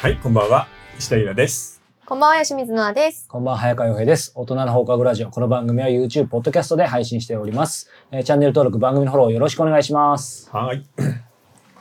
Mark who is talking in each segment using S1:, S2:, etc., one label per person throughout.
S1: はい、こんばんは。石田ゆらです。
S2: こんばんは、吉水奈々です。
S3: こんばんは、早川洋平です。大人の放課後ラジオ。この番組は YouTube、ポッドキャストで配信しております。えーチャンネル登録、番組のフォローよろしくお願いします。
S1: はい。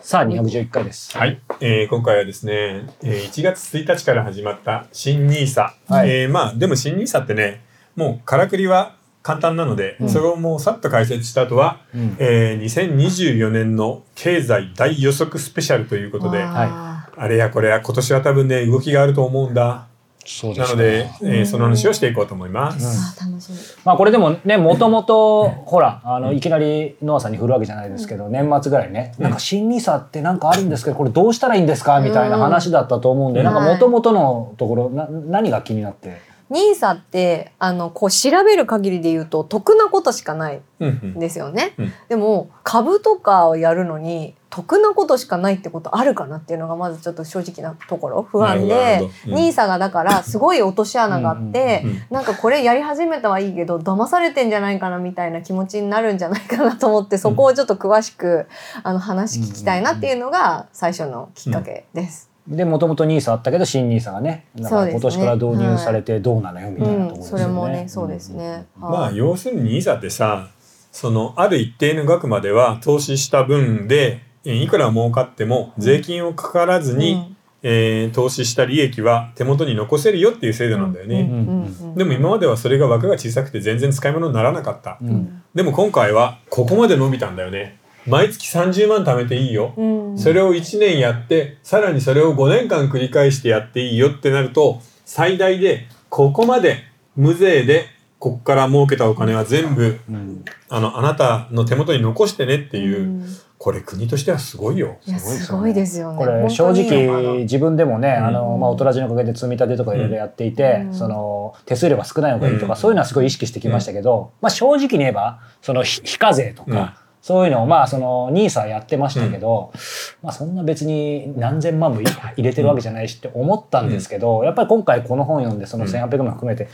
S3: さあ、211回です。
S1: はい、えー今回はですね、えー1月1日から始まった新ニーサ、
S3: はい
S1: えーまあでも新ニーサってねもうからくりは簡単なので、
S3: うん
S1: それをもうさっと解説した後は、
S3: うん
S1: えー2024年の経済大予測スペシャルということで
S2: わ
S1: あ
S2: あ
S1: れやこれや今年は多分ね動きがあると思うんだ
S3: そう
S1: なので、えーその話をしていこうと思います。
S2: あー楽しみ。
S3: まあこれでもね、もともと、ほら、あの、いきなりノアさんに振るわけじゃないですけど、年末ぐらいね、なんか新ニーサってなんかあるんですけど、これどうしたらいいんですかみたいな話だったと思うんで、
S2: うん
S3: なんかもともとのところ、な、何が気になって。
S2: ニーサって、あの、こう調べる限りで言うと、得なことしかない
S1: うん
S2: ん
S1: うん
S2: ですよね。
S1: うん
S2: でも、株とかをやるのに、得なことしかないってことあるかなっていうのが、まずちょっと正直なところ、不安
S1: なるほ
S2: で
S1: どなる、ほどうん
S2: ニーサがだから、すごい落とし穴があって
S1: うんうんうん、
S2: なんかこれやり始めたはいいけど、騙されてんじゃないかなみたいな気持ちになるんじゃないかなと思って、そこをちょっと詳しく、あの、話聞きたいなっていうのが、最初のきっかけです。
S3: で、もともとニーサあったけど、新ニーサがね、なん
S2: そう
S3: か
S2: ですね
S3: 今年から導入されてどうなのよ、みたいな
S2: う
S3: ところで
S2: ん、
S3: す
S2: そ
S3: よね。
S2: れもね、そうですね。
S1: ま
S2: は
S1: あ
S2: い
S1: 要するにいざってさそのある一定の額までは投資した分でえーいくら儲かっても税金をかからずに、
S2: うん
S1: えー投資した利益は手元に残せるよっていう制度なんだよね。
S2: うん
S3: う
S2: う
S3: ん
S2: ん
S1: でも今まではそれが枠が小さくて全然使い物にならなかった、
S3: うん
S2: うん
S1: でも今回はここまで伸びたんだよね毎月30万貯めていいよ、
S2: うん
S1: それを1年やってさらにそれを5年間繰り返してやっていいよってなると最大でここまで無税でここから儲けたお金は全部
S3: うん
S1: あのあなたの手元に残してねっていう、
S2: うん
S1: これ国としてはすごいよ。
S2: いやすごいですよね。
S3: これ正
S2: 本当にいいのかな
S3: 直自分でもね、あ
S2: う
S3: の
S2: ん
S3: まあ、大人じのおかげで積み立てとかいろいろやっていて、
S2: うん
S3: その手数料が少ない方がいいとか、
S1: うん
S3: そういうのはすごい意識してきましたけど、まあ、正直に言えばその非非課税とか、
S1: うん
S3: そういうのをまあその NISA やってましたけど、まあ、そんな別に何千万もい入れてるわけじゃないしって思ったんですけど、やっぱり今回この本読んでその1800万含めて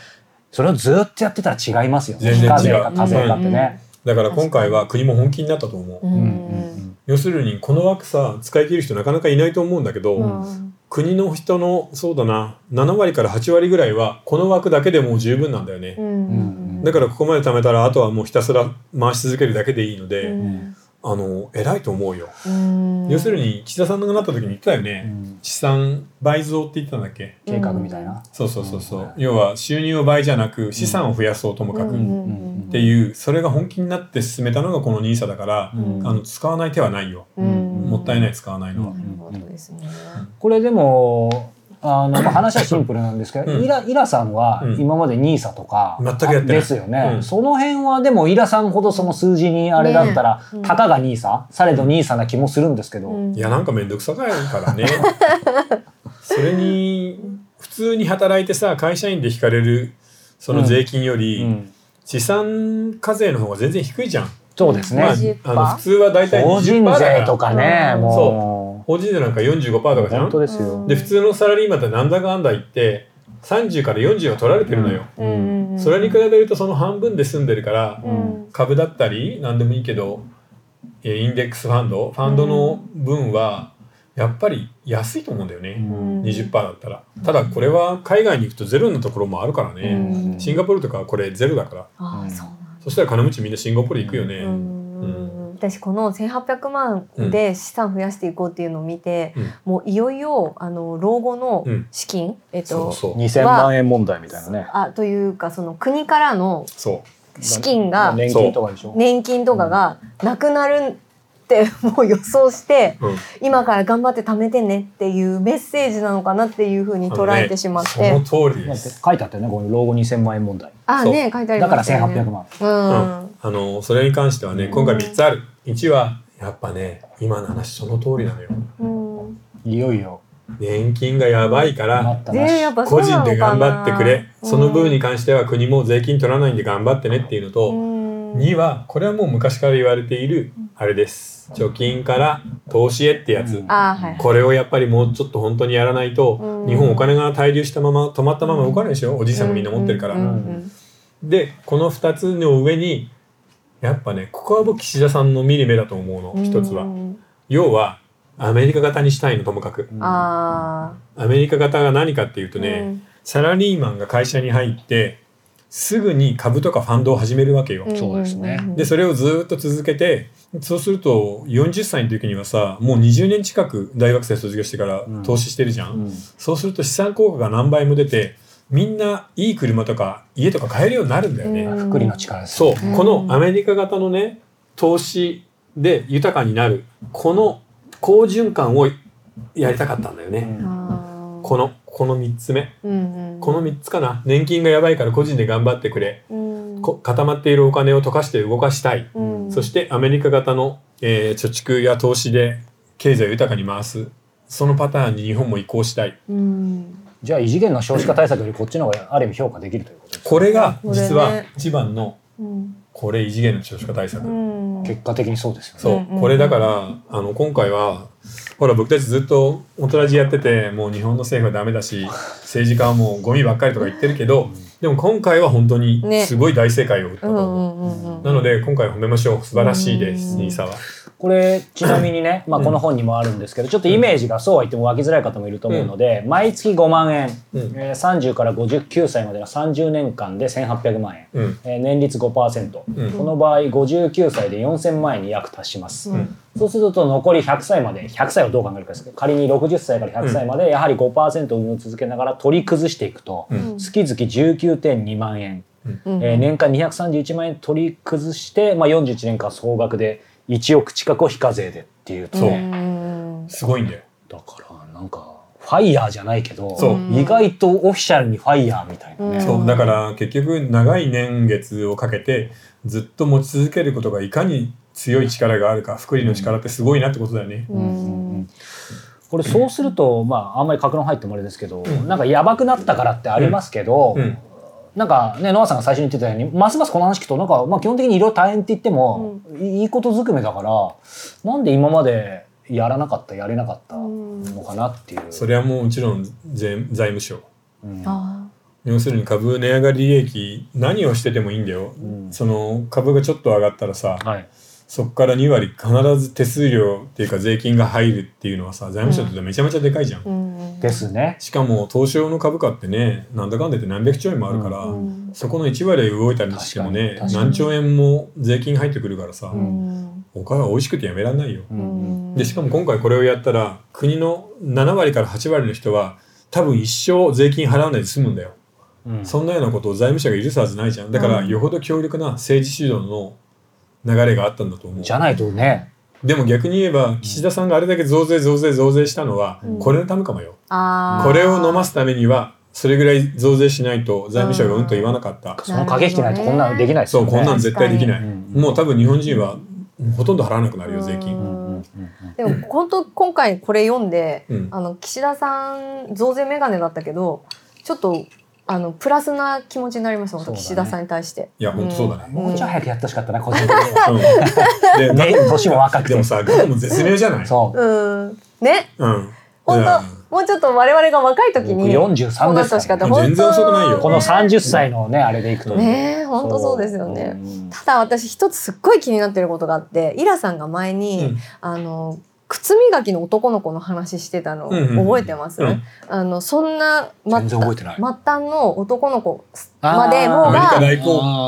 S3: それをずっとやってたら違いますよね
S1: 全然違う
S3: 非課税か課税かってね。
S1: だから今回は国も本気になったと思う、
S2: うん
S3: うん
S1: 要するにこの枠さ使い切る人なかなかいないと思うんだけど、
S2: うん
S1: 国の人のそうだな7割から8割ぐらいはこの枠だけでもう十分なんだよね、
S2: うん
S1: だからここまで貯めたらあとはもうひたすら回し続けるだけでいいので、
S2: うん
S1: あの偉いと思うよ、
S2: うん
S1: 要するに岸田さんがなった時に言ってたよね、
S3: うん
S1: 資産倍増って言ってたんだっけ
S3: 計画みたいな。
S1: そうそうそうそう、
S3: うん
S1: 要は収入を倍じゃなく資産を増やそうともかく
S2: う
S1: っ
S2: ん
S1: ていう、それが本気になって進めたのがこの NISA だから、
S2: うん
S1: あの使わない手はないよ、
S2: うん
S1: もったいない使わないのは、
S3: うん
S2: なるほどですね。
S3: これでもあのまあ話はシンプルなんですけど、
S1: うん
S3: イライラさんは
S1: うん
S3: 今までニーサとか、
S1: 全くやってない
S3: ですよね、
S1: うん
S3: その辺はでもイラさんほどその数字にあれだったら、
S2: ねえうん
S3: たかがニーサされどニーサな気もするんですけど、
S2: うん
S1: いやなんか面倒くさがいから ねそれに普通に働いてさ会社員で引かれるその税金より、
S3: うん
S1: 資産課税の方が全然低いじゃん、
S3: そうですね、
S1: まあ
S2: 20%
S1: あの普通は大体
S3: 法
S1: 20%
S3: 人
S1: だから
S3: 税とかね
S2: うん
S3: も
S1: 法人税なんか45%と
S3: う
S1: かじゃ
S3: 本当
S1: ん
S3: ですよ、
S1: で普通のサラリーマンってなんだかんだ言って30から40は取られてるのよ、
S2: うんうんうん
S1: それに比べるとその半分で済んでるから、
S2: うん
S1: 株だったり何でもいいけどえーインデックスファンドファンドの分はやっぱり安いと思うんだよね、
S2: うん
S1: 20%だったらただこれは海外に行くとゼロのところもあるからね、
S2: うん
S1: シンガポールとかはこれゼロだから
S2: ああそうなんだ
S1: そしたら金持ちみんなシンガポール行くよね、
S2: うんうんうん
S1: う
S2: 私この1,800万で資産増やしていこうっていうのを見て、
S1: うん
S2: もういよいよあの老後の資金、えっ
S1: そ
S2: と
S1: うそう
S3: 2000万円問題みたいなね
S2: あというかその国からの
S1: そ
S2: 資金が
S3: 年金とかでしょ、
S2: 年金とかがなくなるってもう予想して
S1: う、うん、
S2: 今から頑張って貯めてねっていうメッセージなのかなっていうふうに捉えてしまって
S1: あのねその通りで
S3: まあ
S1: す、
S3: 書いてあったよねこの老後2000万円問題
S2: あね書いてあり
S3: だか
S2: ま
S3: ら
S2: したよね
S3: 1800万、
S1: う
S2: うん
S1: ん、あのそれに関してはね今回3つある1はやっぱね今の話その通りなのよ
S2: うん
S3: いよいよ
S1: 年金がやばいか
S3: な
S1: ら
S3: ったなし
S2: ねやっぱ
S1: 個
S2: そうな
S1: 人
S2: のかな
S1: で頑張ってくれその分
S2: に、
S1: に関しては国も税金取らないんで頑張ってねっていうの
S2: う
S1: と
S2: ん
S1: 2はこれはもう昔から言われているあれです貯金から投資へってやつ
S3: うん
S2: ああはい
S1: これをやっぱりもうちょっと本当にやらないと
S2: うん
S1: 日本お金が滞留したまま止まったまま動かないでしょおじいさんもみんな持ってるから
S2: うんうんうん
S1: でこの2つの上にやっぱねここは僕岸田さんの見る目だと思う
S2: う
S1: の
S2: ん
S1: 一つ
S2: う
S1: は
S2: ん
S1: 要はアメリカ型にしたいのともかく
S3: うん
S2: あ
S1: アメリカ型が何かっていう
S2: あ
S1: とね、サラリーマンが会社に入ってすぐに株とかファンドを始めるわけよ。
S3: そうですね
S1: でそれをずーっと続けてそうすると40歳の時にはさもう20年近く大学生卒業してから
S3: うん
S1: 投資してるじゃん、
S3: うん
S1: そうすると資産効果が何倍も出てみんないい車とか家とか買えるようになるんだよね。
S2: うん
S3: 福利の力です
S1: そ
S3: ね
S1: う、このアメリカ型のね投資で豊かになるこの好循環をやりたかったんだよ
S3: う
S1: ね、
S3: ん
S1: このこの3つ目この
S2: の
S1: 3つかな年金がやばいから個人で頑張ってくれこ
S2: こ
S1: 固まっているお金を溶かして動かしたい、
S3: うん
S1: そしてアメリカ型の、えー貯蓄や投資で経済を豊かに回すそのパターンに日本も移行したい
S3: じゃあ異次元の少子化対策よりこっちの方がある意味評価できるということです
S1: これが
S2: これね
S1: 実は一番のこれ異次元の少子化対策、
S3: 結果的にそうですよね
S1: そう、
S2: うんうんうん
S1: これだからあの今回はほら僕たちずっと大人じやっててもう日本の政府はダメだし政治家はもうゴミばっかりとか言ってるけどでも今回は本当に
S2: ね
S1: すごい大正解を打ったと思う、なので今回褒めましょう素晴らしいです
S2: うん
S1: ニーサは。
S3: これちなみにね、まあ、この本にもあるんですけどちょっとイメージがそうは言っても湧きづらい方もいると思うので、毎月5万円、
S1: うん
S3: えー30から59歳までの30年間で1800万円、
S1: うん
S3: えー年率5%、
S1: うん
S3: この場合59歳で4000万円に約達します、
S1: ん
S3: そうすると残り100歳まで100歳をどう考えるかですけど仮に60歳から100歳までやはり5%を運を続けながら取り崩していくと、
S1: うん
S3: 月々19.2万円、えー年間231万円取り崩して、まあ、41年間総額で1億近くを非課税でっていうと
S1: そう
S3: ね
S1: すごいんだよ。
S3: だからなんかファイヤーじゃないけど
S1: そう
S3: 意外とオフィシャルにファイヤーみたいなね、
S2: うん
S1: そうだから結局長い年月をかけてずっと持ち続けることがいかに強い力があるか福利の力ってすごいなってことだよね。
S3: これそうすると、まあ、あんまり格論入ってもあれですけど、なんかやばくなったからってありますけど、
S1: うん
S3: なんかねノアさんが最初に言ってたようにますますこの話聞くとなんか、まあ、基本的にいろいろ大変って言っても、いいことずくめだからなんで今までやらなかったやれなかったのかなっていう。
S1: それはもうもちろん税財務省
S3: うん
S1: 要するに株値上がり利益何をしててもいいんだよ、
S3: うん
S1: その株がちょっと上がったらさ
S3: はい
S1: そこから2割必ず手数料っていうか税金が入るっていうのはさ財務省にとってめちゃめちゃでかいじゃん、
S3: ですね。
S1: しかも投資用の株価ってねなんだかんだ言って何百兆円もあるから、
S2: うん
S1: そこの1割動いたりしてもね
S3: 確かに確かに
S1: 何兆円も税金入ってくるからさ、
S3: ん
S1: お金は美味しくてやめらんないよ、
S3: うん
S1: でしかも今回これをやったら国の7割から8割の人は多分一生税金払わないで済むんだよ
S3: うん
S1: そんなようなことを財務省が許すはずないじゃん。だから、
S2: うん
S1: よほど強力な政治主導の流れがあったんだと思う
S3: じ。ゃないとね、
S1: でも逆に言えば、岸田さんがあれだけ増税、増税、増税したのは
S2: うん、
S1: これのためかもよ。
S2: あー
S1: これを飲ますためには、それぐらい増税しないと財務省がうんと言わなかった。
S3: その駆け引きないとこんなのできないです
S1: そ
S3: よ
S1: う、
S3: ね。
S1: こんなん絶対できない。
S3: 確かに
S1: もう多分日本人はほとんど払わなくなるよ、税
S2: う
S1: 金。
S3: うんうんうん
S2: でも本当今回これ読んで、
S1: うん
S2: あの岸田さん増税メガネだったけどちょっとあのプラスな気持ちになりました本当、
S3: そうだね
S2: 岸田さんに対して。
S1: いや、ほんとそうだ
S3: うん
S1: ね。
S3: もうちょい早くやってほしかったな、個人的に は。
S1: うんで
S3: ね
S1: だ
S3: 年も若く
S1: で
S3: て
S1: も。さ、ガムも絶妙じゃない
S3: そう。
S2: うんね
S1: うん。
S2: 本
S1: い
S2: 当、
S1: や
S2: もうちょっと我々が若い時
S3: 僕
S2: に
S3: 43
S2: こうなっ
S3: で
S2: てほ
S3: す
S2: しか
S3: か
S2: った
S3: ら、
S1: もう
S3: ね。
S1: 全然遅くないよ
S3: この30歳のね、あれでいくと。
S2: ねえ本当そうですよね。
S3: うん
S2: ただ私一つすっごい気になってることがあってイラさんが前に、
S1: うん
S2: あの靴磨きの男の子の話してたの、
S1: うんうんうん
S2: 覚えてます、
S1: うん
S2: あのそんな末
S3: 全
S2: 端
S3: 然覚えてない。
S2: 末端の男の子
S3: あー
S2: までも
S1: アメリカ
S2: が
S1: 大公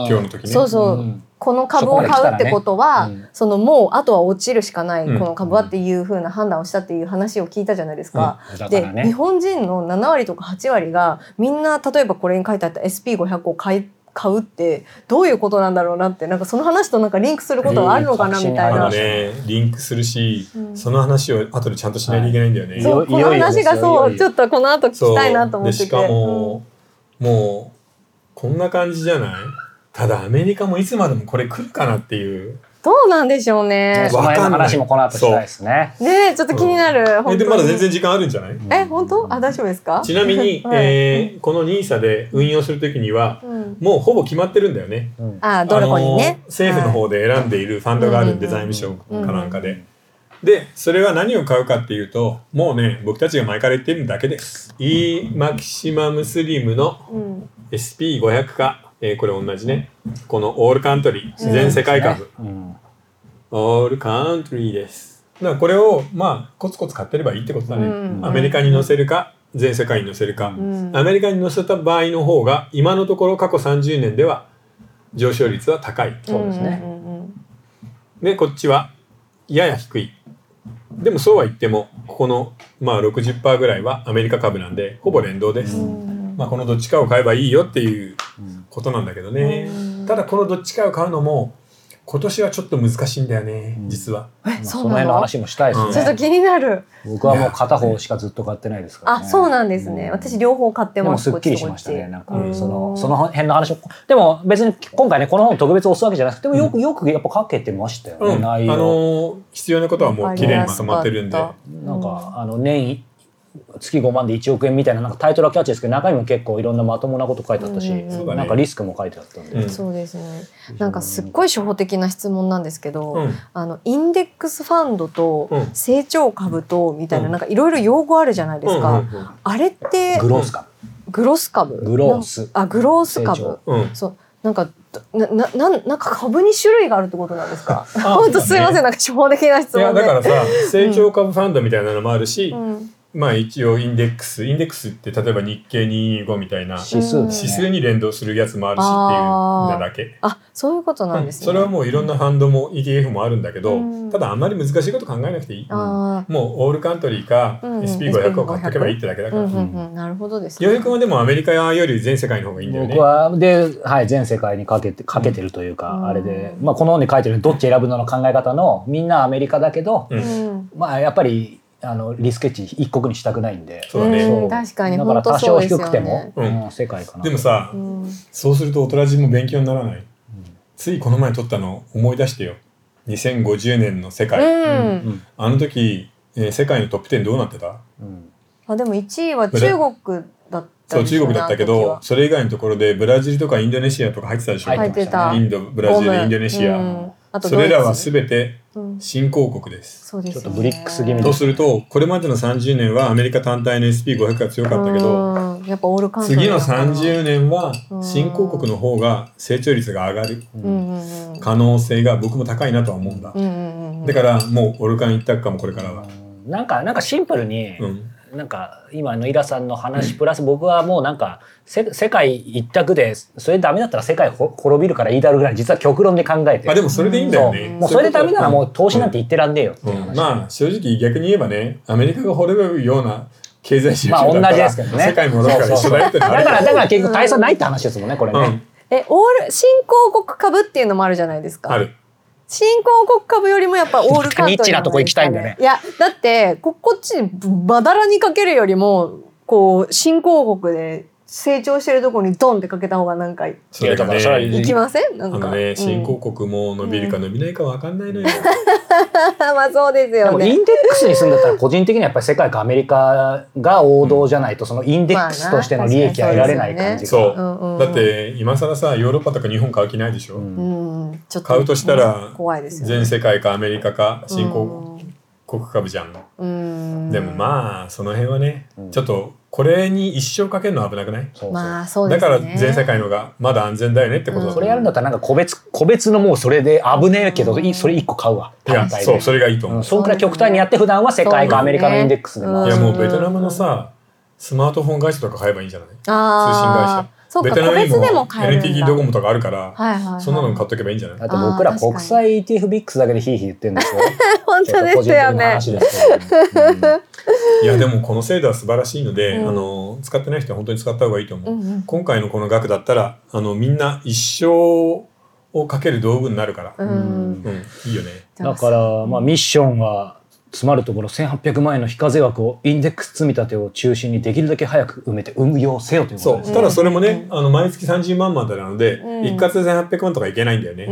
S1: 共の時ね。
S2: そうそう、
S3: ん
S2: この株を買うってことは
S3: そこまで来たらねうん
S2: そのもうあとは落ちるしかない、
S1: うん
S2: この株はっていう風な判断をしたっていう話を聞いたじゃないですか。
S3: だか
S2: で
S3: ら
S2: 日
S3: ね。
S2: 本人の7割とか8割がみんな例えばこれに書いてあった SP500 を買い買うってどういうことなんだろうなってなんかその話となんかリンクすることはあるのかなみた
S1: あ
S2: いな
S1: の。ねリンクするし、
S2: うん
S1: その話を後でちゃんとしないといけないんだよね。
S3: い
S2: そうこ
S3: い
S2: の
S3: よいよで
S2: 話
S3: すよ
S2: が
S3: いよ
S2: そ
S3: いうよ
S2: ちょっとこの後聞
S1: そう
S2: きたいなと思ってて。
S1: でしかも、もうこんな感じじゃないただアメリカもいつまでもこれ来るかなっていう。
S2: どうなんでしょうね
S3: ねそ。の辺の話もこの後したいですね。
S2: ねえちょっと気になる。本当
S1: え
S2: に
S1: でまだ全然時間あるんじゃない
S2: え本当あ大丈夫ですか
S1: ちなみに、
S2: はい
S1: えーこの NISA で運用するときには
S2: うん
S1: もうほぼ決まってるんだよね。
S3: うん
S2: あどれこに
S1: あの
S2: ね
S1: 政府の方で選んでいるファンドがあるんで、
S2: うん
S1: 財務省かなんかで。
S3: うん
S1: でそれは何を買うかっていうともうね僕たちが前から言ってるだけで E マキシマムスリムの
S2: うん、
S1: SP500 か、えーこれ同じねこのオールカントリー全世界株、
S3: うん
S1: オールカントリーですだからこれをまあコツコツ買ってればいいってことだね、
S2: うん
S1: アメリカに載せるか全世界に載せるか、
S2: ん
S1: アメリカに載せた場合の方が今のところ過去30年では上昇率は高い
S3: そうですね
S2: うんうんうん
S1: でこっちはやや低いでもそうは言ってもここのまあ60%ぐらいはアメリカ株なんでほぼ連動です、
S3: うん
S2: うん
S1: まあ、このどっちかを買えばいいよっていう
S3: うん
S1: ことなんだけどね、
S2: うん
S1: ただこのどっちかを買うのも今年はちょっと難しいんだよね、
S3: うん
S1: 実は。
S2: え
S3: そ
S2: そう
S3: の
S2: な
S3: 辺の
S2: の
S3: 話もしたいです
S1: うん
S2: ちょっと
S3: ね。
S2: 気になる
S3: 僕はもう片方しかずっと買ってないですから、
S2: あ
S3: ね。
S2: そうなんですね
S3: うん
S2: 私両方買って
S3: でも
S2: ます
S3: すっきりし
S2: こっ
S3: まし
S2: ち
S3: た
S2: とこっ
S3: ね。
S2: ち
S3: なんか
S2: うん
S3: そのその辺の話をでも別に今回ねこの本特別押すわけじゃなくてでもよくよくやっぱかけてましたよね、
S1: うん、あ
S3: 内
S1: の
S3: 容。
S1: ー必要なことはもう綺麗にまとまってるんで
S2: わかりやすかった
S3: なんか、あの年月5万で1億円みたいななんかタイトルはキャッチですけど中身も結構いろんなまともなこと書いてあったし、
S2: うん
S1: そうだね
S3: なんかリスクも書いてあったんで、
S1: うん
S2: そうですねなんかすっごい初歩的な質問なんですけど、
S1: うん
S2: あのインデックスファンドと
S1: うん
S2: 成長株とみたいな、
S1: うん
S2: なんかいろいろ用語あるじゃないですか、
S1: う
S2: あれって
S3: グロースか
S2: グロス株
S3: グロース
S2: あグロース
S3: 成
S2: 株
S3: 長
S1: んうんうんうん
S2: そうなんかなななんなんか株に種類があるってことなんです か
S1: あ
S2: 本当すいません
S1: い
S2: なんか初歩的な質
S1: や
S2: 問で
S1: だからさ成長株ファンドみたいなのもあるし、
S2: うん
S1: まあ一応インデックスインデックスって例えば日経225みたいな
S3: 指数
S1: 指
S3: です、ね、
S1: 数に連動するやつもあるしって
S2: あー
S1: いうんだだけ、
S2: あそういうことなん
S1: うん
S2: ですね、
S1: それはもういろんなファンドも ETF もあるんだけど、
S2: うん
S1: ただあんまり難しいこと考えなくていい、
S2: あ
S1: もうオールカントリーか
S2: うん
S1: SP500 を買っておけばいいってだけだ
S2: あ
S1: か
S2: う
S1: ら、
S2: んうんうんなるほどです
S1: 予約はでもアメリカより全世界の方がいいんだよね
S3: 僕はで、はい、全世界にかけてかけてるというか、
S2: うん
S3: あれで、まあ、この本に書いてるどっち選ぶのの考え方のみんなアメリカだけど、
S1: うん
S2: うん
S3: まあ、やっぱりあのリスケ値一国にしたくないんで
S1: そうだね
S2: うん確かに
S3: だから
S2: 本当
S3: 多
S2: そ
S3: 少
S2: うです
S3: 低
S2: よ
S3: くても
S2: ね、
S1: うん
S3: うん世界かな
S1: でもさ、
S2: うん
S1: そうすると大人人も勉強にならない、ついこの前撮ったの思い出してよ2050年の世界、
S2: うん
S3: うん
S1: あの時、えー世界のトップ10どうなってた
S3: うん
S2: あでも1位は中国だった
S1: そ
S2: ん
S1: う
S2: です
S1: 中
S2: よ
S1: 国
S2: ね
S1: だったけどそれ以外のところでブラジルとかインドネシアとか入ってたでしょ、
S3: 入
S2: 入ってた
S3: た
S1: インドブラジルインドネシア、
S2: うんあと
S1: そ
S2: ドイツ
S1: れらは全て
S2: うん
S1: 新興国です、
S2: そうですよね
S3: ちょっとブリックス気味
S1: と
S3: です
S1: るとこれまでの30年はアメリカ単体の SP500 が強かったけど、
S2: うんやっぱオールカントリー
S1: 次の
S2: だから
S1: 30年は
S2: うん
S1: 新興国の方が成長率が上がる
S2: うんうんうん
S1: 可能性が僕も高いなとは思うんだ、
S2: うんうんうん
S1: だからもうオルカン一択かもこれからは、
S3: なんかなんかシンプルに、
S1: うん、
S3: なんか今のイラさんの話プラス僕はもうなんかせ世界一択でそれダメだったら世界ほ滅びるからいいだろうぐらい実は極論で考えて
S1: あでもそれでいいんだよね、
S2: うん
S3: もうそれでダメならもう投資なん
S1: て、
S3: て言ってらんねえよっ
S1: う
S3: てい
S1: ん
S3: う話、
S1: まあ正直逆に言えばねアメリカが滅ぶような経済収
S3: ま あ
S1: 入だった
S3: 同じで
S1: ら
S3: すけどね
S1: 世界滅ぶから一緒だよってのはあ
S3: だ
S1: る
S3: か
S1: から
S3: だから結局大差ないって話ですもんねこれね、
S1: ら、うん、
S2: えオール新興国株っていうのもあるじゃないですか
S1: ある
S2: 新興国株よりもやっぱオールカントリー
S3: ニッチなとこ行きたいんだよね
S2: いやだってここっちにまだらにかけるよりもこう新興国で成長してるところにドンってかけた方がなんかい
S1: それが
S3: いやだからそれ
S1: ね
S3: は
S2: きませんな
S1: あ
S2: んか
S1: のね
S2: うん
S1: 新興国も伸びるか伸びないかわかんないのよ、
S2: まあそうです
S3: で
S2: よ
S3: も
S2: ね
S3: インデックスにするんだったら個人的にはやっぱり世界かアメリカが王道じゃないとそのインデックスとしての利益は得られない感じが
S1: そう
S2: うんうんうん
S1: だって今更さヨーロッパとか日本買う気ないでしょ、
S3: うん
S2: うんちょっと
S1: 買うとしたら
S2: 怖いですよね
S1: 全世界かアメリカか新興国株じゃん、
S2: うん
S1: でも
S2: あ
S1: まあその辺はね、
S3: うん
S1: ちょっとこれに一生かけるのは危なくない
S3: そうそう
S2: まあそうで
S1: だ
S2: す
S1: か
S2: ね
S1: ら全世界のがまだ安全だよねってことだ、
S3: それやるんだったらなんか個別個別のもうそれで危ねえけど、
S2: うん
S3: いそれ一個買うわ
S1: いや
S3: 単体で
S1: そうそれがいいと思
S3: う
S1: う、
S3: ん、そんくらい極端にやって普段は世界かアメリカのインデックスで
S2: うん
S3: も
S1: いやもうベトナムのさスマートフォン会社とか買えばいいんじゃない
S2: あーそう
S1: ベ
S2: か
S1: トナ
S2: 個
S1: ムに
S2: 別でも
S1: も
S2: 買えるんだ
S1: NTT ドコモとかあるから、
S2: はいはいはい
S1: そんなの買っとけばいいんじゃない
S3: だって僕ら
S2: あー確かに
S3: 国際 ETF ビックスだけでヒーヒー言ってるんですよ
S2: 本当ですよね
S3: ちょっと個人的な話ですけど、ね
S1: いやでもこの制度は素晴らしいので、
S2: うん
S1: あの使ってない人は本当に使った方がいいと思う、
S2: うんうん
S1: 今回のこの額だったらあのみんな一生をかける道具になるから、
S2: う
S3: うん
S2: ん
S1: うんいいよね
S3: だから、まあ、ミッションは詰まるところ1800万円の非課税枠をインデックス積み立てを中心にできるだけ早く埋めて運用せよということ
S1: そう
S3: です
S1: ただそれもね
S2: う、
S1: あの毎月30万までなので、
S2: うん
S1: 一括で1800万とかいけないんだよね、
S2: う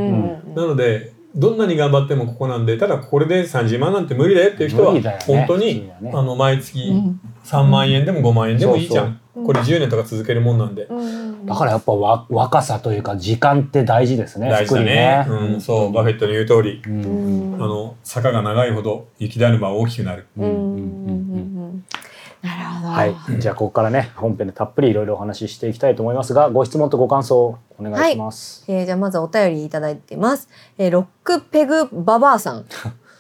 S2: ん
S1: なのでどんなに頑張ってもここなんでただこれで30万なんて無理だよっていう人は
S3: 無理だよね
S1: 本当
S3: 普
S1: に、
S3: 通はね
S1: あの毎
S2: う
S1: 月
S2: ん
S1: 3万円でも5万円でもいいじゃん、
S2: そうそう
S1: これ10年とか続けるもんなんで、
S2: うん
S3: だからやっぱわ若さというか時間って大事ですね
S1: 大事だね、
S3: 福利
S1: うん、そうバフェットの言う通り、
S3: うん
S2: うん
S1: あの坂が長いほど雪だるまは大きくなる、
S2: うんうんうんうんなるほど
S3: はい、じゃあここからね本編でたっぷりいろいろお話ししていきたいと思いますがご質問とご感想をお願いします、
S2: えーじゃあまずお便りいただいてます。えーロックペグババアさん。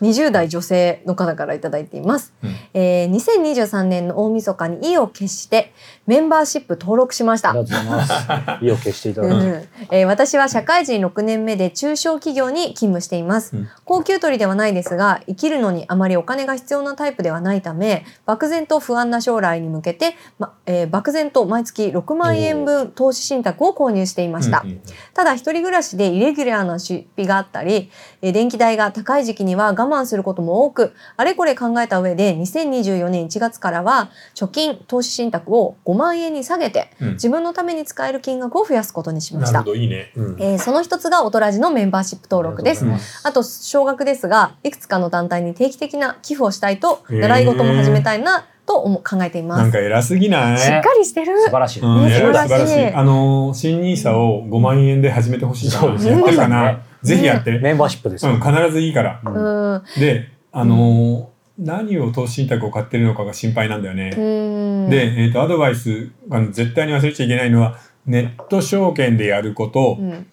S2: 20代女性の方からいただいています、
S1: うん
S2: えー2023年の大晦日に意を決してメンバーシップ登録しまし
S3: あ
S2: た
S3: りがとうござ います。意を消していた
S2: う
S3: だ
S2: ん
S3: いて。
S2: えー私は社会人6年目で中小企業に勤務しています、
S1: うん
S2: 高給取りではないですが生きるのにあまりお金が必要なタイプではないため漠然と不安な将来に向けて、まえー漠然と毎月6万円分投資信託を購入していました、
S1: うんうん
S2: ただ一人暮らしでイレギュラーな出費があったり、えー電気代が高い時期には我慢することも多く、あれこれ考えた上で2024年1月からは貯金、投資信託を5万円に下げて、
S1: うん
S2: 自分のために使える金額を増やすことにしまし
S1: なる
S2: た
S1: ほ。どいいね。うん
S2: えーその一つがオトラジのメンバーシップ登録です
S3: あり。がとうございま
S2: あと、少額ですが、いくつかの団体に定期的な寄付をしたいと、
S1: へー
S2: 習い事も始めたいなと思考えていま
S1: なん
S2: す。
S1: か偉すぎない。
S2: しっかりしてる。
S3: 素晴らしい。
S1: うん、偉
S2: ね
S1: い
S2: 素晴らしい
S1: 素晴らしい。あのー新ニーサを5万円で始めてほしいな。
S3: そうです
S2: ね
S1: やってるかな、
S3: ね
S1: ぜひやって。
S3: メンバーシップです
S1: う
S3: よ。
S1: ん、必ずいいから。
S2: う
S3: うん
S2: ん。
S1: で、あのー何を投資信託を買ってるのかが心配なんだよね。
S2: うん。
S1: で、えー、とアドバイスあの絶対に忘れちゃいけないのはネット証券でやること、
S2: うん、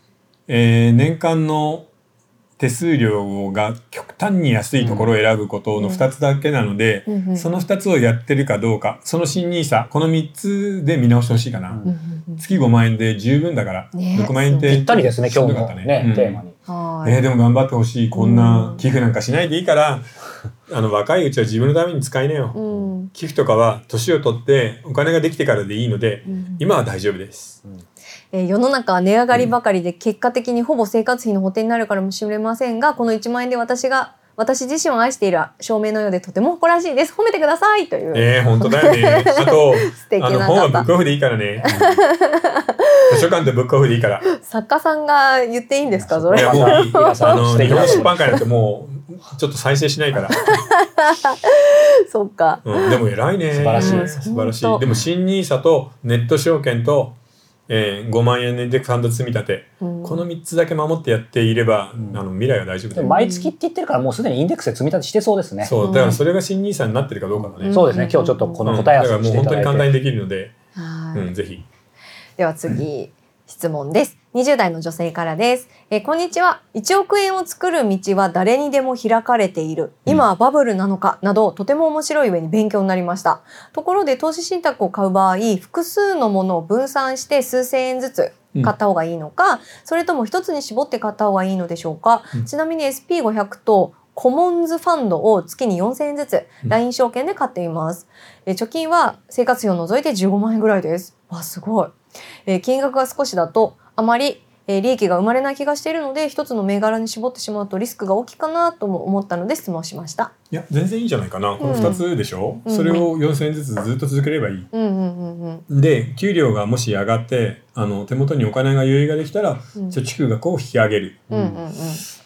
S1: えー年間の手数料が極端に安いところを選ぶことの2つだけなので、
S2: うんうん
S1: その2つをやってるかどうかその新 NISA この3つで見直してほしいかな、
S3: うん
S2: うんうんうん
S1: 月5万円で十分だから、
S2: ね
S1: 6万円って
S3: ぴったりですね、
S1: し
S3: 今
S1: ん
S3: 日
S1: どかっ
S3: の
S1: たね
S3: ね
S1: うん、
S3: テーマに。
S2: は
S1: えー
S2: い。
S1: でも頑張ってほしいこんな
S2: うん
S1: 寄付なんかしないでいい から、あの若いうちは自分のために使いなよ、
S2: うん。
S1: 寄付とかは年を取ってお金ができてからでいいので
S2: うん
S1: 今は大丈夫です。
S2: えー世の中は値上がりばかりで結果的にほぼ生活費の補填になるからもしれませんがこの1万円で私が私自身を愛している証明のようでとても誇らしいです褒めてくださいという、
S1: ええ本当だよ ね。あと、
S2: 素敵
S1: あの
S2: な
S1: 本はブッ
S2: 方
S1: クオフでいいからね。図書館とブックオフでいいから。い
S2: 作家さんが言っていいんですかそれ
S1: やもういい。
S3: 皆さ
S1: あ
S3: ん素
S1: の日
S3: 敵な
S1: 本出版会なんてもうちょっと再生しない から。
S2: そっか
S1: うん、でも偉いね。
S3: 素晴らしい
S1: うん素晴らし
S2: 本当
S1: い。でも新ニーサとネット証券と、えー、5万円で三度積み立て、
S2: うん
S1: この3つだけ守ってやっていれば、
S3: ん
S1: あの未来は大丈夫だ
S3: でも
S1: よ。
S3: 毎月って言ってるから、もうすでにインデックスで積み立てしてそうですね。
S1: そうだからそれが新ニーサになってるかどうかだね。
S2: ん
S3: そうですね、今日ちょっとこの答え合わせ
S1: う
S3: を
S1: ん
S3: し
S1: だからもう本
S3: ていた
S1: 当に簡
S3: だ
S1: 単
S3: いて。
S1: にできるので、
S2: はい
S1: うん、ぜひ。
S2: では次質問です20代の女性からです、えーこんにちは1億円を作る道は誰にでも開かれている今はバブルなのかなどとても面白い上に勉強になりましたところで投資信託を買う場合複数のものを分散して数千円ずつ買った方がいいのか、それとも一つに絞って買った方がいいのでしょうか、
S1: うん
S2: ちなみに SP500 とコモンズファンドを月に4000円ずつ
S1: うん
S2: LINE 証券で買っています、えー貯金は生活費を除いて15万円ぐらいですわすごい、えー金額が少しだとあまりえー利益が生まれない気がしているので一つの銘柄に絞ってしまうとリスクが大きいかなとも思ったので質問しました。
S1: いや全然いいんじゃないかなこの2つでしょ、
S2: うん
S1: それを4,000円ずつずっと続ければいい
S2: うんうんうんうん
S1: で給料がもし上がってあの手元にお金が余裕ができたら
S2: うん
S1: 貯蓄額を引き上げる
S2: うんうんうん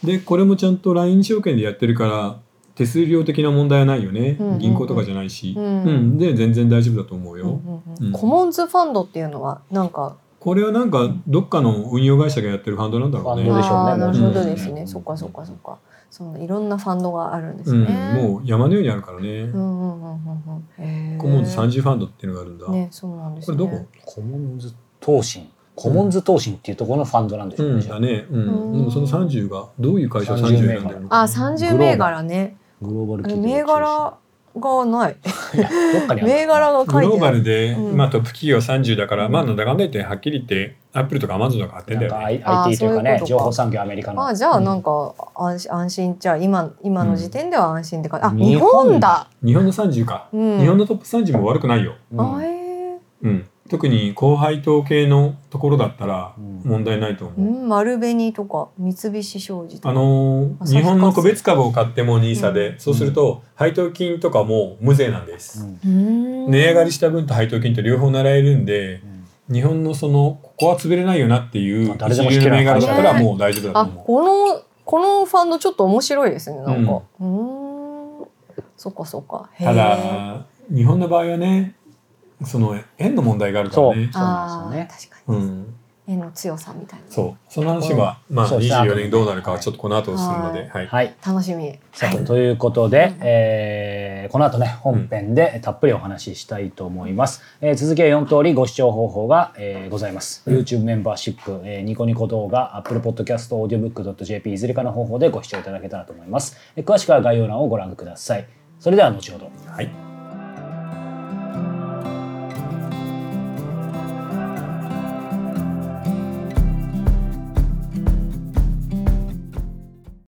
S1: でこれもちゃんと LINE 証券でやってるから手数料的な問題はないよね、
S2: うんうんうん
S1: 銀行とかじゃないし、
S2: うん
S1: うんで全然大丈夫だと思うよ、
S2: うんうんう
S1: うんん
S2: コモンズファンドっていうのはなんか
S1: これはなんかどっかの運用会社がやってるファンドなんだろう
S3: ファンド
S1: ね
S3: でしょうね
S2: あーなる
S1: も
S2: ほ
S1: う
S2: どですね。
S3: うん
S2: そっかそっかそっか。そのいろんなファンドがあるんです
S1: う
S2: ね。
S1: ん、もう山のようにあるからね、
S2: うんうんうんうんうん。へー
S1: コモンズ30ファンドっていうのがあるんだ、
S2: ね、そうなんです、
S1: こ
S2: ね。
S1: れどこ、
S3: コモンズ投信。コモンズ投信っていうところのファンドなんでしょ
S1: う
S3: うんね。
S1: だね、う
S2: う
S1: ん、
S2: ん
S1: でもその30がどういう会社が30になんだよ
S3: 30
S2: あ、30銘柄ね。
S3: グローバル
S2: あの
S3: 企業
S2: 銘柄がない。
S3: どっかにある
S2: 銘柄が書
S1: グ
S2: い
S1: ロー
S2: てな
S1: バ
S2: い。
S1: ルで、
S2: うん
S1: まあトップ企業30だから、まあなんだかんだ言ってはっきり言ってアップルとかアマゾンとか買ってん
S3: な
S1: だ
S3: ん
S1: よね。
S3: か I-
S2: あー
S3: IT という
S2: そ
S3: か
S2: ういう
S3: ね
S2: ことか
S3: 情報産業アメリカの
S2: あ、じゃあなんか安心安心っちゃ今今の時点では安心って感じ。あ、
S3: うん
S2: 日本だ。
S1: 日本の30か、
S2: うん。
S1: 日本のトップ30も悪くないよ。
S3: うん
S2: あえー
S1: うん、特に後輩統計のところだったら
S3: うん
S1: 問題ないと思
S2: う
S1: う。
S2: ん、丸紅とか三菱商事とか。
S1: あのー
S2: あ
S1: 日本の個別株を買っても NISA で、
S2: うん
S1: そうすると配当金とかも無税なんです。
S3: うん
S2: 値
S1: 値上がりした分と配当金って両方習えるんで日本のそのここは潰れないよなっていう
S3: 誰で
S1: 一
S3: も引
S1: 流
S3: け
S1: の
S3: るよ
S1: 銘
S3: う
S1: 柄
S3: な会
S1: だ
S3: 社
S1: ったらもう大丈夫だ
S2: あ
S1: と思
S2: このこのファンドちょっと面白いですねなんか。うーん。そっかそっか。
S1: う。
S2: へー
S1: ただ日本の場合はねその円の問題があるからね。
S3: そうなんですよね
S2: あー確かに。
S1: うん、
S2: への強さみたいな
S1: そうその話は、まあ、
S3: そうですね
S1: 24年どうなるかはちょっとこの後するので、はい
S3: はい。
S2: 楽しみ
S3: さ
S2: はい
S3: あということで、えーこの後ね本編でたっぷりお話ししたいと思います、えー続きは4通りご視聴方法が、えーございます、YouTube メンバーシップ、えーニコニコ動画 Apple Podcast audiobook.jp いずれかの方法でご視聴いただけたらと思います、えー詳しくは概要欄をご覧くださいそれでは後ほど
S1: はい